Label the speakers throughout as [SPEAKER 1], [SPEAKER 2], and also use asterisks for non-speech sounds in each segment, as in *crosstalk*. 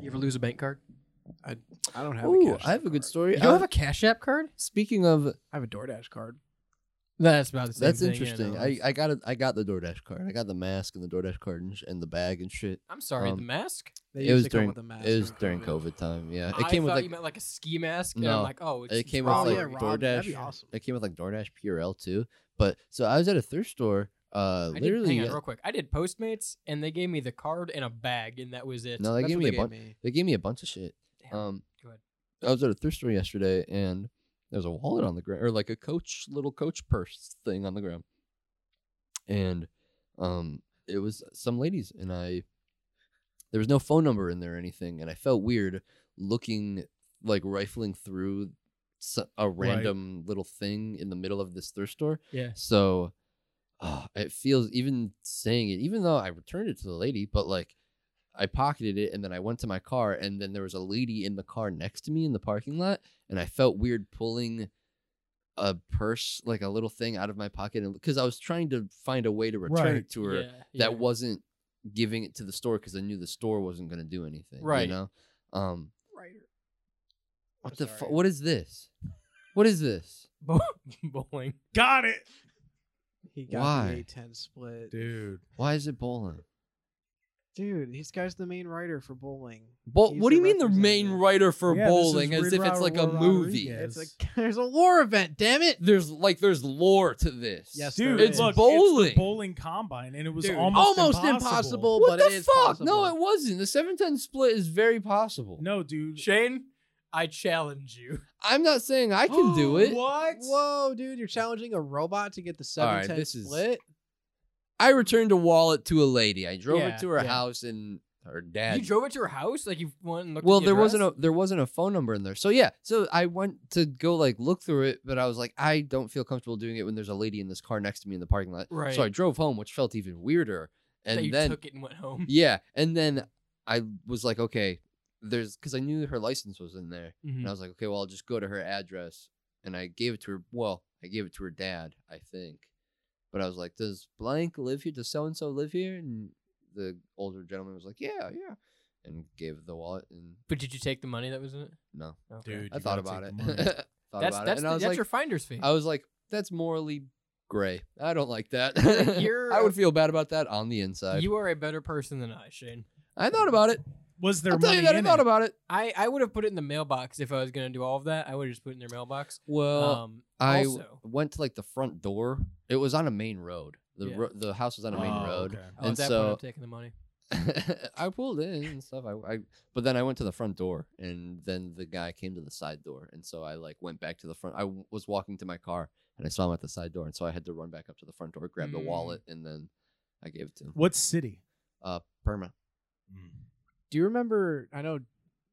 [SPEAKER 1] You ever lose a bank card?
[SPEAKER 2] I, I don't have
[SPEAKER 3] Ooh,
[SPEAKER 2] a cash.
[SPEAKER 3] I have a good
[SPEAKER 2] card.
[SPEAKER 3] story. Uh,
[SPEAKER 1] You
[SPEAKER 3] I-
[SPEAKER 1] don't have a Cash App card?
[SPEAKER 3] speaking of,
[SPEAKER 2] I have a DoorDash card.
[SPEAKER 1] That's about the same
[SPEAKER 3] that's
[SPEAKER 1] thing, yeah,
[SPEAKER 3] interesting.
[SPEAKER 1] no,
[SPEAKER 3] I,
[SPEAKER 1] it's-
[SPEAKER 3] I got a, I got the DoorDash card. I got the mask and the DoorDash card and, sh- and the bag and shit.
[SPEAKER 1] I'm sorry,
[SPEAKER 3] um,
[SPEAKER 1] the mask?
[SPEAKER 2] They
[SPEAKER 3] it was
[SPEAKER 2] usually come
[SPEAKER 3] during
[SPEAKER 2] with a mask
[SPEAKER 3] it was
[SPEAKER 2] and
[SPEAKER 3] during COVID time. Yeah, it
[SPEAKER 1] I
[SPEAKER 3] came with
[SPEAKER 1] thought
[SPEAKER 3] like
[SPEAKER 1] you meant like a ski mask, and
[SPEAKER 3] No,
[SPEAKER 1] I'm like, oh, it's
[SPEAKER 3] it came with
[SPEAKER 2] Oh,
[SPEAKER 3] like
[SPEAKER 2] yeah, Rob, that'd be
[SPEAKER 3] DoorDash.
[SPEAKER 2] awesome.
[SPEAKER 3] It came with like DoorDash PRL too. But so I was at a thrift store. Uh,
[SPEAKER 1] I did,
[SPEAKER 3] literally,
[SPEAKER 1] hang on real quick. I did Postmates, and they gave me the card and a bag, and that was it.
[SPEAKER 3] no, they
[SPEAKER 2] That's
[SPEAKER 3] gave
[SPEAKER 2] what
[SPEAKER 3] me a
[SPEAKER 2] they
[SPEAKER 3] bunch.
[SPEAKER 2] me.
[SPEAKER 3] They gave me a bunch of shit.
[SPEAKER 1] Damn.
[SPEAKER 3] Um,
[SPEAKER 1] Go ahead.
[SPEAKER 3] I was at a thrift store yesterday, and there was a wallet on the ground, or like a coach little coach purse thing on the ground, and um, it was some ladies, and I there was no phone number in there or anything, and I felt weird looking like rifling through s- a random little thing in the middle of this thrift store.
[SPEAKER 1] yeah.
[SPEAKER 3] So ah, it feels even saying it, even though I returned it to the lady, but like I pocketed it and then I went to my car and then there was a lady in the car next to me in the parking lot and I felt weird pulling a purse like a little thing out of my pocket and because I was trying to find a way to return
[SPEAKER 2] Right,
[SPEAKER 3] it to her
[SPEAKER 1] yeah, yeah.
[SPEAKER 3] that wasn't giving it to the store because I knew the store wasn't going to do anything.
[SPEAKER 1] Right.
[SPEAKER 3] You know. Um.
[SPEAKER 2] Writer.
[SPEAKER 3] What
[SPEAKER 2] I'm
[SPEAKER 3] the fu-
[SPEAKER 2] sorry.
[SPEAKER 3] What is this? What is this?
[SPEAKER 1] Bo- *laughs* bowling.
[SPEAKER 4] Got it.
[SPEAKER 2] He got
[SPEAKER 3] Why?
[SPEAKER 2] the A10 split. Dude.
[SPEAKER 4] Dude.
[SPEAKER 3] Why is it bowling?
[SPEAKER 2] this guy's the main writer for bowling.
[SPEAKER 3] Bo-
[SPEAKER 2] He's
[SPEAKER 3] what do you mean the main
[SPEAKER 2] representative.
[SPEAKER 3] writer for
[SPEAKER 4] Yeah, this is
[SPEAKER 3] bowling as if it's
[SPEAKER 4] Ridrao
[SPEAKER 3] like a
[SPEAKER 4] Rodriguez.
[SPEAKER 3] movie?
[SPEAKER 2] It's
[SPEAKER 4] Yes.
[SPEAKER 2] like there's a war event, damn it.
[SPEAKER 3] There's like there's lore to this.
[SPEAKER 2] Yes,
[SPEAKER 4] Dude,
[SPEAKER 2] there
[SPEAKER 3] It's
[SPEAKER 4] look,
[SPEAKER 3] bowling.
[SPEAKER 4] It's the bowling combine, and it was
[SPEAKER 2] Dude.
[SPEAKER 4] almost,
[SPEAKER 3] almost impossible.
[SPEAKER 4] impossible.
[SPEAKER 2] impossible,
[SPEAKER 3] what
[SPEAKER 2] but
[SPEAKER 3] the
[SPEAKER 2] it is
[SPEAKER 3] fuck?
[SPEAKER 2] possible.
[SPEAKER 3] No, it wasn't. The seven ten split is very possible.
[SPEAKER 4] No, dude.
[SPEAKER 1] Shane, I challenge you.
[SPEAKER 3] I'm not saying I *gasps* can do
[SPEAKER 4] *gasps*
[SPEAKER 3] it.
[SPEAKER 1] What?
[SPEAKER 2] Whoa, dude, you're challenging a robot to get the
[SPEAKER 3] All right,
[SPEAKER 2] 710
[SPEAKER 3] this is-
[SPEAKER 2] split?
[SPEAKER 3] I returned a wallet to a lady. I drove
[SPEAKER 1] Yeah,
[SPEAKER 3] it to her
[SPEAKER 1] yeah.
[SPEAKER 3] house and her dad.
[SPEAKER 1] You drove it to her house? Like you went and looked
[SPEAKER 3] well,
[SPEAKER 1] at the
[SPEAKER 3] there wasn't a
[SPEAKER 1] address?
[SPEAKER 3] there wasn't a phone number in there. So yeah, so I went to go like look through it, but I was like, I don't feel comfortable doing it when there's a lady in this car next to me in the parking lot.
[SPEAKER 1] Right.
[SPEAKER 3] So I drove home, which felt even weirder. And
[SPEAKER 1] that you
[SPEAKER 3] then
[SPEAKER 1] took *laughs* it and went home.
[SPEAKER 3] Yeah, and then I was like, okay, there's because I knew her license was in there,
[SPEAKER 1] Mm-hmm. Hmm.
[SPEAKER 3] and I was like, okay, well, I'll just go to her address, and I gave it to her. Well, I gave it to her dad, I think, but I was like, does blank live here? Does so and so live here? And the older gentleman was like, yeah, yeah, and gave the wallet, and
[SPEAKER 1] But did you take the money that was in it?
[SPEAKER 3] no,
[SPEAKER 1] Okay.
[SPEAKER 4] Dude,
[SPEAKER 3] I
[SPEAKER 4] you
[SPEAKER 3] thought
[SPEAKER 4] gotta
[SPEAKER 3] about it.
[SPEAKER 4] take
[SPEAKER 3] *laughs* thought
[SPEAKER 4] the money.
[SPEAKER 1] that's
[SPEAKER 3] about
[SPEAKER 1] that's,
[SPEAKER 3] it, and
[SPEAKER 1] the,
[SPEAKER 3] I was
[SPEAKER 1] that's
[SPEAKER 3] like,
[SPEAKER 1] your finder's fee.
[SPEAKER 3] I was like, that's morally gray. I don't like that.
[SPEAKER 1] You're
[SPEAKER 3] *laughs* I
[SPEAKER 1] a-
[SPEAKER 3] would feel bad about that on the inside.
[SPEAKER 1] you are a better person than I, Shane.
[SPEAKER 3] I thought about it.
[SPEAKER 4] was there
[SPEAKER 3] I'll tell
[SPEAKER 4] money
[SPEAKER 3] you that I
[SPEAKER 4] in
[SPEAKER 3] thought
[SPEAKER 4] it?
[SPEAKER 3] about it.
[SPEAKER 1] I, I would have put it in the mailbox if I was gonna do all of that. I would have just put it in their mailbox.
[SPEAKER 3] Well,
[SPEAKER 1] um,
[SPEAKER 3] I w-
[SPEAKER 1] also,
[SPEAKER 3] went to like the front door. It was on a main road. The
[SPEAKER 1] Yeah.
[SPEAKER 3] ro- the house was on a main
[SPEAKER 4] Oh,
[SPEAKER 3] road.
[SPEAKER 4] okay.
[SPEAKER 1] oh,
[SPEAKER 3] and
[SPEAKER 1] at that point,
[SPEAKER 3] so-
[SPEAKER 1] I'm taking the money.
[SPEAKER 3] *laughs* I pulled in and stuff. I, I but then I went to the front door, and then the guy came to the side door, and so I like went back to the front. I w- was walking to my car, and I saw him at the side door, and so I had to run back up to the front door, grab the
[SPEAKER 1] Mm.
[SPEAKER 3] wallet, and then I gave it to him.
[SPEAKER 4] What city?
[SPEAKER 3] Uh, Perma. Mm.
[SPEAKER 2] Do you remember? I know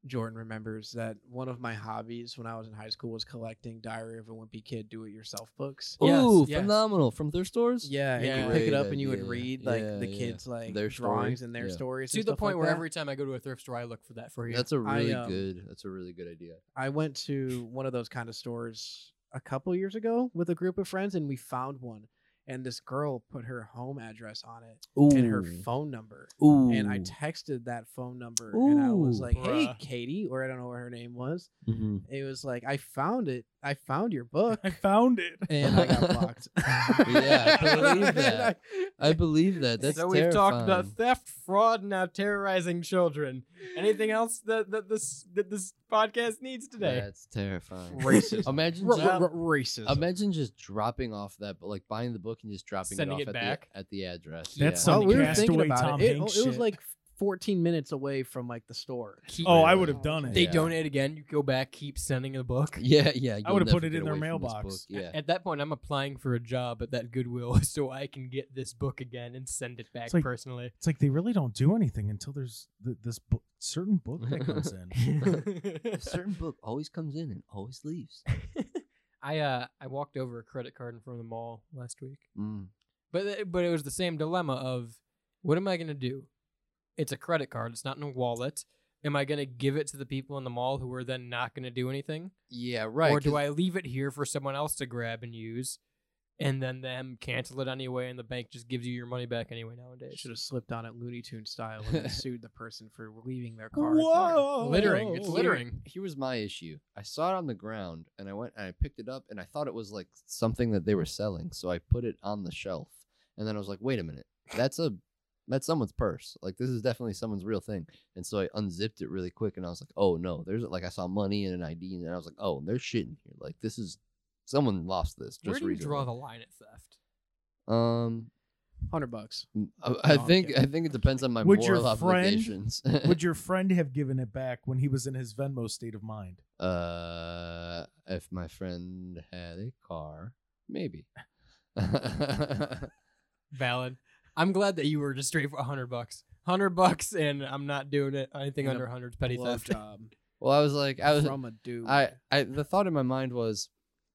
[SPEAKER 2] Jordan remembers that one of my hobbies when I was in high school was collecting Diary of a Wimpy Kid do it yourself books.
[SPEAKER 1] Yes,
[SPEAKER 3] Ooh,
[SPEAKER 1] yes.
[SPEAKER 3] phenomenal from thrift stores.
[SPEAKER 2] Yeah, and
[SPEAKER 1] Yeah.
[SPEAKER 2] you pick
[SPEAKER 3] Great
[SPEAKER 2] it up and you would
[SPEAKER 3] idea.
[SPEAKER 2] read like
[SPEAKER 3] Yeah,
[SPEAKER 2] the
[SPEAKER 3] yeah.
[SPEAKER 2] kids like
[SPEAKER 3] Their story.
[SPEAKER 2] drawings and their
[SPEAKER 3] Yeah.
[SPEAKER 2] stories.
[SPEAKER 1] To
[SPEAKER 2] and
[SPEAKER 1] the
[SPEAKER 2] stuff
[SPEAKER 1] point
[SPEAKER 2] like
[SPEAKER 1] where
[SPEAKER 2] that.
[SPEAKER 1] every time I go to a thrift store, I look for that for you.
[SPEAKER 3] That's a
[SPEAKER 2] I,
[SPEAKER 3] really
[SPEAKER 2] um,
[SPEAKER 3] good. That's a really good idea.
[SPEAKER 2] I went to one of those kind of stores a couple years ago with a group of friends, and we found one. And this girl put her home address on it
[SPEAKER 3] Ooh,
[SPEAKER 2] and her phone number.
[SPEAKER 3] ooh,
[SPEAKER 2] And I texted that phone number and I was
[SPEAKER 3] Ooh.
[SPEAKER 2] like, hey,
[SPEAKER 4] Bruh.
[SPEAKER 2] Katie, or I don't know what her name was.
[SPEAKER 1] Mm-hmm.
[SPEAKER 3] *laughs* Mhm.
[SPEAKER 2] It was like, I found it. *laughs* I found your book.
[SPEAKER 4] I found it.
[SPEAKER 2] and I
[SPEAKER 3] *laughs*
[SPEAKER 2] got blocked.
[SPEAKER 3] Yeah, I
[SPEAKER 2] *laughs*
[SPEAKER 3] believe that. I believe that. That's
[SPEAKER 1] so we've talked about
[SPEAKER 3] terrifying.
[SPEAKER 1] theft, fraud, now terrorizing children. Anything else that, that this that this podcast needs today?
[SPEAKER 3] That's terrifying.
[SPEAKER 2] Racist.
[SPEAKER 3] Imagine,
[SPEAKER 2] R-
[SPEAKER 3] just,
[SPEAKER 1] Well-
[SPEAKER 2] r- r- racist.
[SPEAKER 3] imagine just dropping off that, but like buying the book and just dropping
[SPEAKER 1] Sending
[SPEAKER 3] it
[SPEAKER 1] it
[SPEAKER 3] off
[SPEAKER 1] back.
[SPEAKER 3] at, the, at the address.
[SPEAKER 4] That's
[SPEAKER 3] yeah.
[SPEAKER 4] some
[SPEAKER 2] we were
[SPEAKER 4] cast
[SPEAKER 2] thinking
[SPEAKER 4] away
[SPEAKER 2] about
[SPEAKER 4] Tom
[SPEAKER 2] it. It-
[SPEAKER 4] Hanks
[SPEAKER 2] it was
[SPEAKER 4] shit.
[SPEAKER 2] like 14 minutes away from like the store.
[SPEAKER 1] Keep-
[SPEAKER 4] *laughs* Oh, I would have done it.
[SPEAKER 1] They
[SPEAKER 3] Yeah.
[SPEAKER 1] donate again. You go back, keep sending the book.
[SPEAKER 3] *laughs* yeah, yeah. you'll
[SPEAKER 4] would've put
[SPEAKER 3] never
[SPEAKER 4] it
[SPEAKER 3] get
[SPEAKER 4] in their
[SPEAKER 3] away from this
[SPEAKER 4] mailbox.
[SPEAKER 3] book, Yeah.
[SPEAKER 1] At that point, I'm applying for a job at that Goodwill *laughs* so I can get this book again and send it back
[SPEAKER 4] It's like-
[SPEAKER 1] personally. *laughs*
[SPEAKER 4] It's like they really don't do anything until there's th- this book, certain book that comes
[SPEAKER 3] *laughs*
[SPEAKER 4] in. *laughs*
[SPEAKER 3] A certain book always comes in and always leaves.
[SPEAKER 1] I uh I walked over a credit card in front of the mall last week,
[SPEAKER 3] Mm.
[SPEAKER 1] but it- but it was the same dilemma of what am I gonna do? It's a credit card. It's not in a wallet. Am I gonna give it to the people in the mall who are then not gonna do anything,
[SPEAKER 3] Yeah, right.
[SPEAKER 1] or do
[SPEAKER 3] 'cause-
[SPEAKER 1] I leave it here for someone else to grab and use? and then them cancel it anyway, and the bank just gives you your money back anyway nowadays.
[SPEAKER 2] Should have slipped on it Looney Tune style
[SPEAKER 4] *laughs*
[SPEAKER 2] and then sued the person for leaving their car.
[SPEAKER 1] littering. It's
[SPEAKER 3] Here-
[SPEAKER 1] littering.
[SPEAKER 3] Here was my issue. I saw it on the ground and I went and I picked it up and I thought it was like something that they were selling, so I put it on the shelf. And then I was like, "Wait a minute. That's a that's someone's purse. Like this is definitely someone's real thing." And so I unzipped it really quick and I was like, "Oh no. There's like I saw money and an ID and I was like, "Oh, there's shit in here. Like this is someone lost this." Just
[SPEAKER 1] Where do you
[SPEAKER 3] recently.
[SPEAKER 1] draw the line at theft?
[SPEAKER 3] Um,
[SPEAKER 2] Hundred bucks.
[SPEAKER 3] I,
[SPEAKER 1] Oh,
[SPEAKER 3] I
[SPEAKER 2] No, I'm
[SPEAKER 3] think
[SPEAKER 2] kidding.
[SPEAKER 3] I think it depends on my
[SPEAKER 4] Would your
[SPEAKER 3] moral
[SPEAKER 4] friend-
[SPEAKER 3] obligations.
[SPEAKER 4] Would your friend have given it back when he was in his Venmo state of mind?
[SPEAKER 3] Uh, if my friend had a car, maybe. *laughs* yeah,
[SPEAKER 1] Valid. I'm glad that you were just straight for a hundred bucks. Hundred bucks, and I'm not doing it. Anything
[SPEAKER 2] And a
[SPEAKER 1] under a hundred's petty
[SPEAKER 2] Blow
[SPEAKER 1] theft.
[SPEAKER 2] job
[SPEAKER 3] well, I was like, *laughs* I was,
[SPEAKER 2] um, from a dude.
[SPEAKER 3] I, I, the thought in my mind was,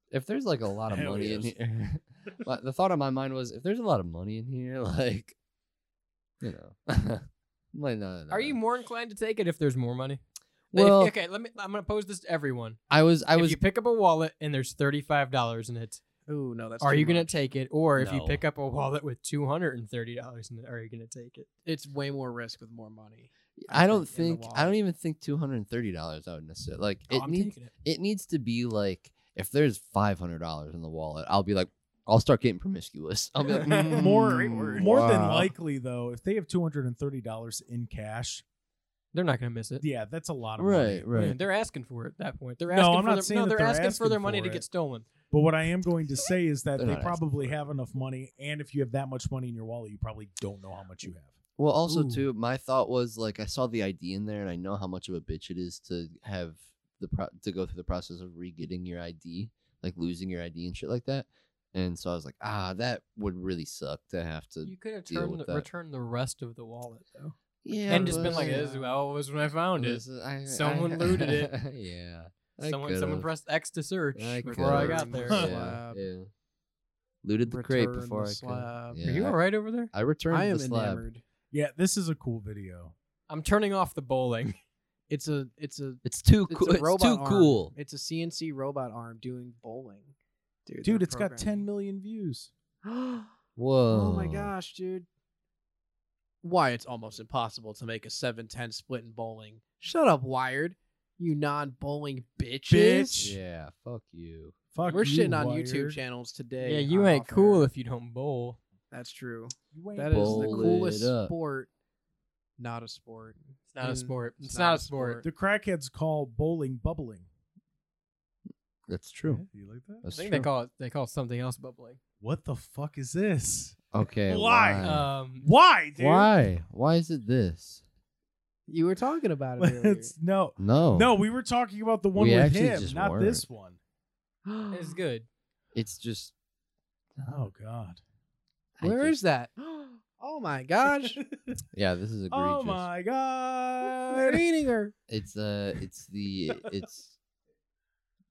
[SPEAKER 3] if there's like a lot of
[SPEAKER 4] Hell
[SPEAKER 3] money in
[SPEAKER 4] yes.
[SPEAKER 3] here, *laughs* Like, the thought in my mind was, if there's a lot of money in here, *laughs* like, you know, *laughs* like, no, no, no.
[SPEAKER 1] Are you more inclined to take it if there's more money? If-
[SPEAKER 3] Well,
[SPEAKER 1] okay, let me. I'm gonna pose this to everyone.
[SPEAKER 3] I was, I
[SPEAKER 1] if
[SPEAKER 3] was,
[SPEAKER 1] you pick up a wallet and there's thirty five dollars in it,
[SPEAKER 2] Ooh, no, that's.
[SPEAKER 1] are
[SPEAKER 2] too
[SPEAKER 1] you gonna
[SPEAKER 2] much.
[SPEAKER 1] take it? Or if you
[SPEAKER 3] No.
[SPEAKER 1] pick up a wallet with two hundred and thirty dollars in it, are you gonna take it?
[SPEAKER 2] It's way more risk with more money.
[SPEAKER 3] I
[SPEAKER 2] in
[SPEAKER 3] don't
[SPEAKER 2] the
[SPEAKER 3] think, I
[SPEAKER 2] wallet.
[SPEAKER 3] don't even think two hundred and thirty dollars. I would necessarily like.
[SPEAKER 1] Oh,
[SPEAKER 3] it
[SPEAKER 1] I'm
[SPEAKER 3] needs,
[SPEAKER 1] taking it.
[SPEAKER 3] it needs to be like if there's five hundred dollars in the wallet, I'll be like, I'll start getting promiscuous. I'll
[SPEAKER 1] *laughs*
[SPEAKER 3] be like, "Mm,
[SPEAKER 4] more
[SPEAKER 3] wow."
[SPEAKER 4] more than likely though, if they have two hundred and thirty dollars in cash,
[SPEAKER 1] They're not gonna miss it.
[SPEAKER 4] yeah, that's a lot of money.
[SPEAKER 3] Right,
[SPEAKER 1] I mean,
[SPEAKER 3] right.
[SPEAKER 1] they're asking for it at that point. They're
[SPEAKER 4] No,
[SPEAKER 1] asking
[SPEAKER 4] I'm
[SPEAKER 1] for
[SPEAKER 4] not
[SPEAKER 1] their,
[SPEAKER 4] saying
[SPEAKER 1] no,
[SPEAKER 4] that
[SPEAKER 1] they're,
[SPEAKER 4] they're
[SPEAKER 1] asking, for their
[SPEAKER 4] asking
[SPEAKER 1] money
[SPEAKER 4] for
[SPEAKER 1] to
[SPEAKER 4] it.
[SPEAKER 1] get stolen.
[SPEAKER 4] But what I am going to say is that
[SPEAKER 3] They're
[SPEAKER 4] they
[SPEAKER 3] not asking
[SPEAKER 4] probably
[SPEAKER 3] for it.
[SPEAKER 4] have enough money, and if you have that much money in your wallet, you probably don't know how much you have.
[SPEAKER 3] Well, also
[SPEAKER 1] Ooh.
[SPEAKER 3] too, my thought was like, I saw the ID in there, and I know how much of a bitch it is to have the pro- to go through the process of re-getting your ID, like losing your ID and shit like that. And so I was like, ah, that would really suck to have to.
[SPEAKER 1] You could have
[SPEAKER 3] deal
[SPEAKER 1] turned
[SPEAKER 3] with
[SPEAKER 1] the,
[SPEAKER 3] that.
[SPEAKER 1] returned the rest of the wallet though,
[SPEAKER 3] Yeah,
[SPEAKER 1] and just been
[SPEAKER 3] but-
[SPEAKER 1] like,
[SPEAKER 2] yeah.
[SPEAKER 1] "This is how it was when I found it.
[SPEAKER 3] this is- I-
[SPEAKER 1] Someone
[SPEAKER 3] I-
[SPEAKER 1] looted it.
[SPEAKER 3] *laughs* yeah. I
[SPEAKER 1] Someone, someone
[SPEAKER 3] could've.
[SPEAKER 1] pressed X to search
[SPEAKER 3] I
[SPEAKER 1] before I
[SPEAKER 3] could've.
[SPEAKER 1] got there."
[SPEAKER 2] Yeah.
[SPEAKER 3] Yeah,
[SPEAKER 2] Slab.
[SPEAKER 3] yeah. Looted the crate
[SPEAKER 2] Return
[SPEAKER 3] before
[SPEAKER 2] the
[SPEAKER 3] I could.
[SPEAKER 2] slab.
[SPEAKER 3] Yeah.
[SPEAKER 1] Are you
[SPEAKER 3] I-
[SPEAKER 1] all *laughs* right over there?
[SPEAKER 3] I returned
[SPEAKER 2] I am
[SPEAKER 3] the slab.
[SPEAKER 2] enamored.
[SPEAKER 4] Yeah, this is a cool video.
[SPEAKER 1] I'm turning off the bowling.
[SPEAKER 2] It's a it's a
[SPEAKER 3] It's too
[SPEAKER 2] it's
[SPEAKER 3] cool.
[SPEAKER 2] a
[SPEAKER 3] It's,
[SPEAKER 2] robot
[SPEAKER 3] too
[SPEAKER 2] arm.
[SPEAKER 3] cool.
[SPEAKER 2] It's a CNC robot arm doing bowling. Dude,
[SPEAKER 4] Dude,
[SPEAKER 2] they're
[SPEAKER 4] it's got ten million views.
[SPEAKER 2] *gasps*
[SPEAKER 4] *gasps*
[SPEAKER 2] programming.
[SPEAKER 3] Whoa.
[SPEAKER 2] oh my gosh, dude. Why it's almost impossible to make a 7-10 split in bowling. Shut up, Wired. You non-bowling bitches.
[SPEAKER 4] Bitch.
[SPEAKER 3] Yeah. Fuck you.
[SPEAKER 4] Fuck,
[SPEAKER 2] We're
[SPEAKER 4] you,
[SPEAKER 2] shitting on
[SPEAKER 4] Wired.
[SPEAKER 2] YouTube channels today.
[SPEAKER 1] Yeah, you
[SPEAKER 2] on
[SPEAKER 1] ain't
[SPEAKER 2] off air.
[SPEAKER 1] cool if you don't bowl.
[SPEAKER 2] That's true.
[SPEAKER 4] You ain't
[SPEAKER 2] That is
[SPEAKER 4] bold.
[SPEAKER 2] the
[SPEAKER 3] Bowl it
[SPEAKER 2] coolest
[SPEAKER 3] up.
[SPEAKER 2] sport. Not a sport.
[SPEAKER 1] It's not a
[SPEAKER 2] Mm,
[SPEAKER 1] sport. It's,
[SPEAKER 2] it's
[SPEAKER 1] not,
[SPEAKER 2] not
[SPEAKER 1] a
[SPEAKER 2] a
[SPEAKER 1] sport.
[SPEAKER 4] The crackheads call bowling bubbling.
[SPEAKER 3] That's true.
[SPEAKER 4] Yeah, you like that?
[SPEAKER 1] I
[SPEAKER 3] That's
[SPEAKER 1] think
[SPEAKER 3] true.
[SPEAKER 1] they call it they call it something else bubbling.
[SPEAKER 4] What the fuck is this?
[SPEAKER 3] okay.
[SPEAKER 4] Why?
[SPEAKER 3] Why?
[SPEAKER 1] Um,
[SPEAKER 4] Why, dude? *laughs*
[SPEAKER 3] why? Why is it this?
[SPEAKER 2] You were talking about it earlier.
[SPEAKER 4] *laughs* It's- no,
[SPEAKER 3] No.
[SPEAKER 4] no. We were talking about the one
[SPEAKER 3] Oh. We
[SPEAKER 4] with
[SPEAKER 3] actually
[SPEAKER 4] him,
[SPEAKER 3] just
[SPEAKER 4] not
[SPEAKER 3] weren't.
[SPEAKER 4] this one.
[SPEAKER 1] *gasps*
[SPEAKER 2] *gasps*
[SPEAKER 1] it's good.
[SPEAKER 3] It's just.
[SPEAKER 4] Oh God.
[SPEAKER 3] I
[SPEAKER 2] Where
[SPEAKER 3] just-
[SPEAKER 2] is that? *gasps* Oh my gosh. *laughs*
[SPEAKER 3] Yeah. This is egregious.
[SPEAKER 4] *laughs* oh my
[SPEAKER 2] They're
[SPEAKER 4] God.
[SPEAKER 2] eating her.
[SPEAKER 3] It's uh.
[SPEAKER 2] *laughs*
[SPEAKER 3] It's the. It's.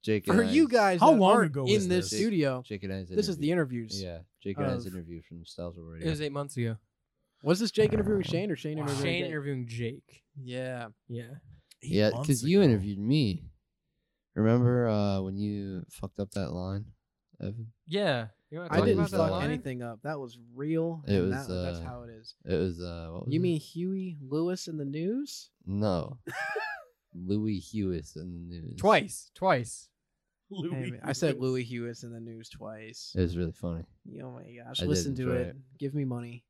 [SPEAKER 3] Jake and
[SPEAKER 2] For you
[SPEAKER 3] I's-
[SPEAKER 2] guys
[SPEAKER 4] How
[SPEAKER 2] that
[SPEAKER 4] long
[SPEAKER 2] aren't
[SPEAKER 4] ago
[SPEAKER 2] in
[SPEAKER 4] was
[SPEAKER 2] this
[SPEAKER 3] this?
[SPEAKER 2] studio,
[SPEAKER 3] Jake and I's.
[SPEAKER 2] this is the
[SPEAKER 3] interview.
[SPEAKER 2] interviews. Oh.
[SPEAKER 3] Yeah. Jake and I's
[SPEAKER 2] of-
[SPEAKER 3] interview from Styles of Radio.
[SPEAKER 1] It was eight months ago.
[SPEAKER 2] Was this Jake
[SPEAKER 3] *laughs*
[SPEAKER 2] interviewing Shane or Shane
[SPEAKER 4] Wow.
[SPEAKER 2] interviewing
[SPEAKER 1] Shane
[SPEAKER 2] Jake?
[SPEAKER 1] interviewing Jake.
[SPEAKER 2] Yeah.
[SPEAKER 1] Yeah.
[SPEAKER 4] Eight
[SPEAKER 3] yeah,
[SPEAKER 4] months
[SPEAKER 3] because you
[SPEAKER 4] ago. *laughs*
[SPEAKER 3] interviewed me. Remember uh, when you fucked up that line, Evan?
[SPEAKER 1] Yeah. You want to
[SPEAKER 2] I
[SPEAKER 1] talk
[SPEAKER 3] That
[SPEAKER 2] didn't
[SPEAKER 1] about
[SPEAKER 3] was,
[SPEAKER 1] that
[SPEAKER 2] fuck
[SPEAKER 3] uh,
[SPEAKER 1] line?
[SPEAKER 2] anything up. That was real.
[SPEAKER 3] It
[SPEAKER 2] and
[SPEAKER 3] was,
[SPEAKER 2] that- that's
[SPEAKER 3] uh,
[SPEAKER 2] how it is.
[SPEAKER 3] It was uh. What was
[SPEAKER 2] You
[SPEAKER 3] it?
[SPEAKER 2] mean Huey Lewis in the news?
[SPEAKER 3] No. Louis Hewis in the news.
[SPEAKER 1] Twice. Twice.
[SPEAKER 2] Hey, man, I said Louis Hewis in the news twice.
[SPEAKER 3] It was really funny.
[SPEAKER 2] Oh my gosh.
[SPEAKER 3] I
[SPEAKER 2] Listen
[SPEAKER 3] did
[SPEAKER 2] to
[SPEAKER 3] enjoy
[SPEAKER 2] it. Give me money.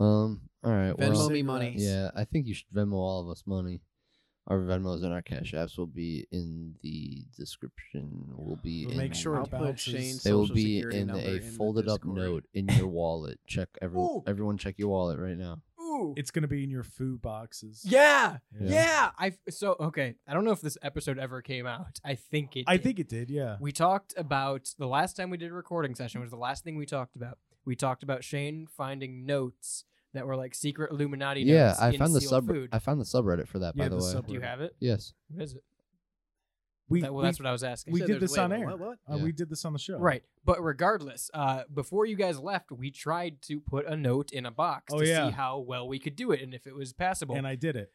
[SPEAKER 3] Um. All right.
[SPEAKER 2] Venmo
[SPEAKER 3] Well,
[SPEAKER 2] me money.
[SPEAKER 3] yeah, I think you should Venmo all of us money. Our Venmos and our Cash Apps will be in the description. Will be
[SPEAKER 4] We'll
[SPEAKER 3] in,
[SPEAKER 4] make sure
[SPEAKER 2] I'll
[SPEAKER 4] it
[SPEAKER 2] put
[SPEAKER 4] bounces.
[SPEAKER 2] Shane's
[SPEAKER 3] they will
[SPEAKER 2] social
[SPEAKER 3] be
[SPEAKER 2] security
[SPEAKER 3] in
[SPEAKER 2] number
[SPEAKER 3] a
[SPEAKER 2] the
[SPEAKER 3] folded up
[SPEAKER 2] Discord.
[SPEAKER 3] note in your wallet. Check every
[SPEAKER 1] Ooh.
[SPEAKER 3] everyone. Check your wallet right now.
[SPEAKER 1] Ooh.
[SPEAKER 4] It's gonna be in your food boxes.
[SPEAKER 1] Yeah.
[SPEAKER 3] Yeah.
[SPEAKER 1] Yeah. I so okay. I don't know if this episode ever came out. I think it
[SPEAKER 4] I
[SPEAKER 1] did.
[SPEAKER 4] think it did. Yeah.
[SPEAKER 1] we talked about the last time we did a recording session was the last thing we talked about. We talked about Shane finding notes that were like secret Illuminati notes.
[SPEAKER 3] Yeah, I
[SPEAKER 1] in
[SPEAKER 3] found the
[SPEAKER 1] sealed
[SPEAKER 3] sub.
[SPEAKER 1] food.
[SPEAKER 3] I found the subreddit for that.
[SPEAKER 4] Yeah,
[SPEAKER 3] by the,
[SPEAKER 4] the
[SPEAKER 3] way,
[SPEAKER 4] sub-
[SPEAKER 1] Do you have it?
[SPEAKER 3] yes.
[SPEAKER 4] *laughs*
[SPEAKER 1] What is it?
[SPEAKER 4] We,
[SPEAKER 1] That- well,
[SPEAKER 4] we,
[SPEAKER 1] that's what I was asking.
[SPEAKER 4] we
[SPEAKER 2] said
[SPEAKER 4] did
[SPEAKER 2] there's
[SPEAKER 4] this on
[SPEAKER 2] way-
[SPEAKER 4] air.
[SPEAKER 2] What, what?
[SPEAKER 4] uh,
[SPEAKER 3] Yeah.
[SPEAKER 4] we did this on the show.
[SPEAKER 1] Right. But regardless, uh, before you guys left, we tried to put a note in a box
[SPEAKER 4] Oh,
[SPEAKER 1] to
[SPEAKER 4] yeah.
[SPEAKER 1] see how well we could do it and if it was passable.
[SPEAKER 4] And I
[SPEAKER 1] *laughs*
[SPEAKER 4] did it.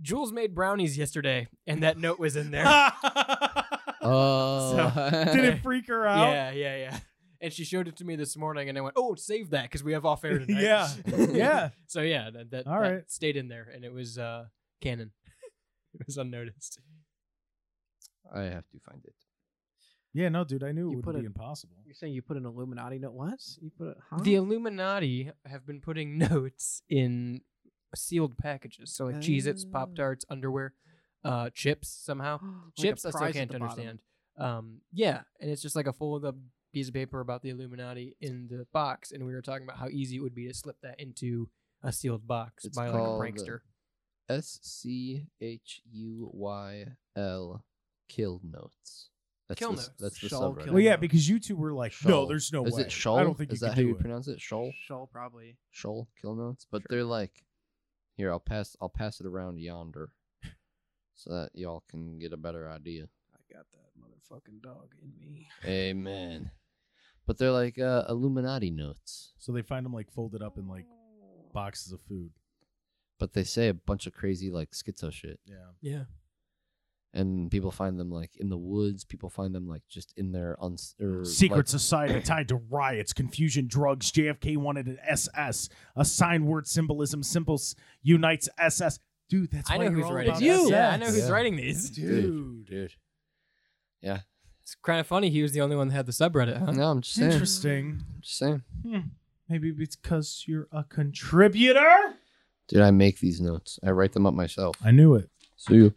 [SPEAKER 1] Jules made brownies yesterday, and that note
[SPEAKER 4] *laughs*
[SPEAKER 1] was in there. *laughs*
[SPEAKER 4] did
[SPEAKER 3] Oh.
[SPEAKER 4] it freak her out?
[SPEAKER 1] yeah, *laughs* yeah, yeah. And she showed it to me this morning, and I went, "Oh, save that because we have off
[SPEAKER 4] *laughs*
[SPEAKER 1] air tonight." *laughs*
[SPEAKER 4] Yeah. *laughs* yeah.
[SPEAKER 1] So yeah, that that,
[SPEAKER 4] All
[SPEAKER 1] that
[SPEAKER 4] right.
[SPEAKER 1] stayed in there, and it was uh, canon. *laughs* it was unnoticed.
[SPEAKER 3] *laughs* I have to find it.
[SPEAKER 4] Yeah, no, dude, I knew it
[SPEAKER 2] You
[SPEAKER 4] would
[SPEAKER 2] put
[SPEAKER 4] be
[SPEAKER 2] a-
[SPEAKER 4] impossible.
[SPEAKER 2] You're saying you put an Illuminati note? What? You put a huh?
[SPEAKER 1] The Illuminati have been putting *laughs* notes in sealed packages, so like Cheez-Its,
[SPEAKER 2] Ah.
[SPEAKER 1] Pop Tarts, underwear, uh, chips somehow.
[SPEAKER 2] Like a
[SPEAKER 1] chips I
[SPEAKER 2] prize
[SPEAKER 1] still
[SPEAKER 2] at
[SPEAKER 1] can't
[SPEAKER 2] the bottom.
[SPEAKER 1] understand. Um, yeah, and it's just like a folded up piece of paper about the Illuminati in the box, and we were talking about how easy it would be to slip that into a sealed box
[SPEAKER 3] It's
[SPEAKER 1] by like a
[SPEAKER 3] called, uh,
[SPEAKER 1] prankster.
[SPEAKER 3] S C H U Y L kill notes. That's
[SPEAKER 1] Kill
[SPEAKER 3] the, s-
[SPEAKER 1] notes.
[SPEAKER 3] That's the
[SPEAKER 2] Shawl
[SPEAKER 3] subreddit.
[SPEAKER 2] kill
[SPEAKER 4] Well, yeah,
[SPEAKER 2] notes.
[SPEAKER 4] because you two were like, no,
[SPEAKER 3] Shawl.
[SPEAKER 4] there's no
[SPEAKER 3] Is
[SPEAKER 4] way.
[SPEAKER 3] it shawl?
[SPEAKER 4] I don't think
[SPEAKER 3] Is
[SPEAKER 4] you
[SPEAKER 3] that
[SPEAKER 4] could
[SPEAKER 3] how
[SPEAKER 4] do
[SPEAKER 3] you
[SPEAKER 4] it.
[SPEAKER 3] pronounce it? Shawl?
[SPEAKER 2] Shawl probably.
[SPEAKER 3] Shoal kill notes, but they're like, here I'll pass I'll pass it around
[SPEAKER 4] *laughs*
[SPEAKER 3] yonder, so that y'all can get a better idea.
[SPEAKER 2] I got that motherfucking dog in me.
[SPEAKER 3] Amen. But they're like uh, Illuminati notes,
[SPEAKER 4] So they find them like folded up in like boxes of food.
[SPEAKER 3] but they say a bunch of crazy like schizo shit,
[SPEAKER 4] Yeah.
[SPEAKER 1] Yeah,
[SPEAKER 3] and people find them like in the woods. People find them like just in their uns- or,
[SPEAKER 4] Secret
[SPEAKER 3] like, *clears throat*
[SPEAKER 4] society tied to riots, confusion, drugs. JFK wanted an SS, a sign word symbolism. Symbols unites SS. Dude, that's
[SPEAKER 1] I
[SPEAKER 4] why
[SPEAKER 1] know
[SPEAKER 4] you're
[SPEAKER 1] who's
[SPEAKER 4] all
[SPEAKER 1] writing.
[SPEAKER 4] about
[SPEAKER 1] these.
[SPEAKER 4] SS.
[SPEAKER 1] Yeah, I know who's
[SPEAKER 3] Yeah.
[SPEAKER 1] writing these.
[SPEAKER 3] dude, dude.
[SPEAKER 1] It's kind of funny. He was the only one that had the subreddit, huh?
[SPEAKER 3] No, I'm just saying.
[SPEAKER 4] Interesting.
[SPEAKER 3] I'm just saying,
[SPEAKER 4] Hmm. Maybe it's because you're a contributor.
[SPEAKER 3] dude. I make these notes. I write them up myself.
[SPEAKER 4] I knew it.
[SPEAKER 3] See you.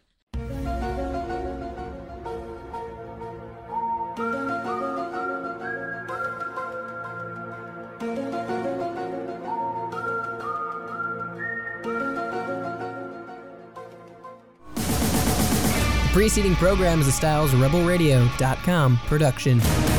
[SPEAKER 1] The preceding program is a StylesRebelRadio.com production.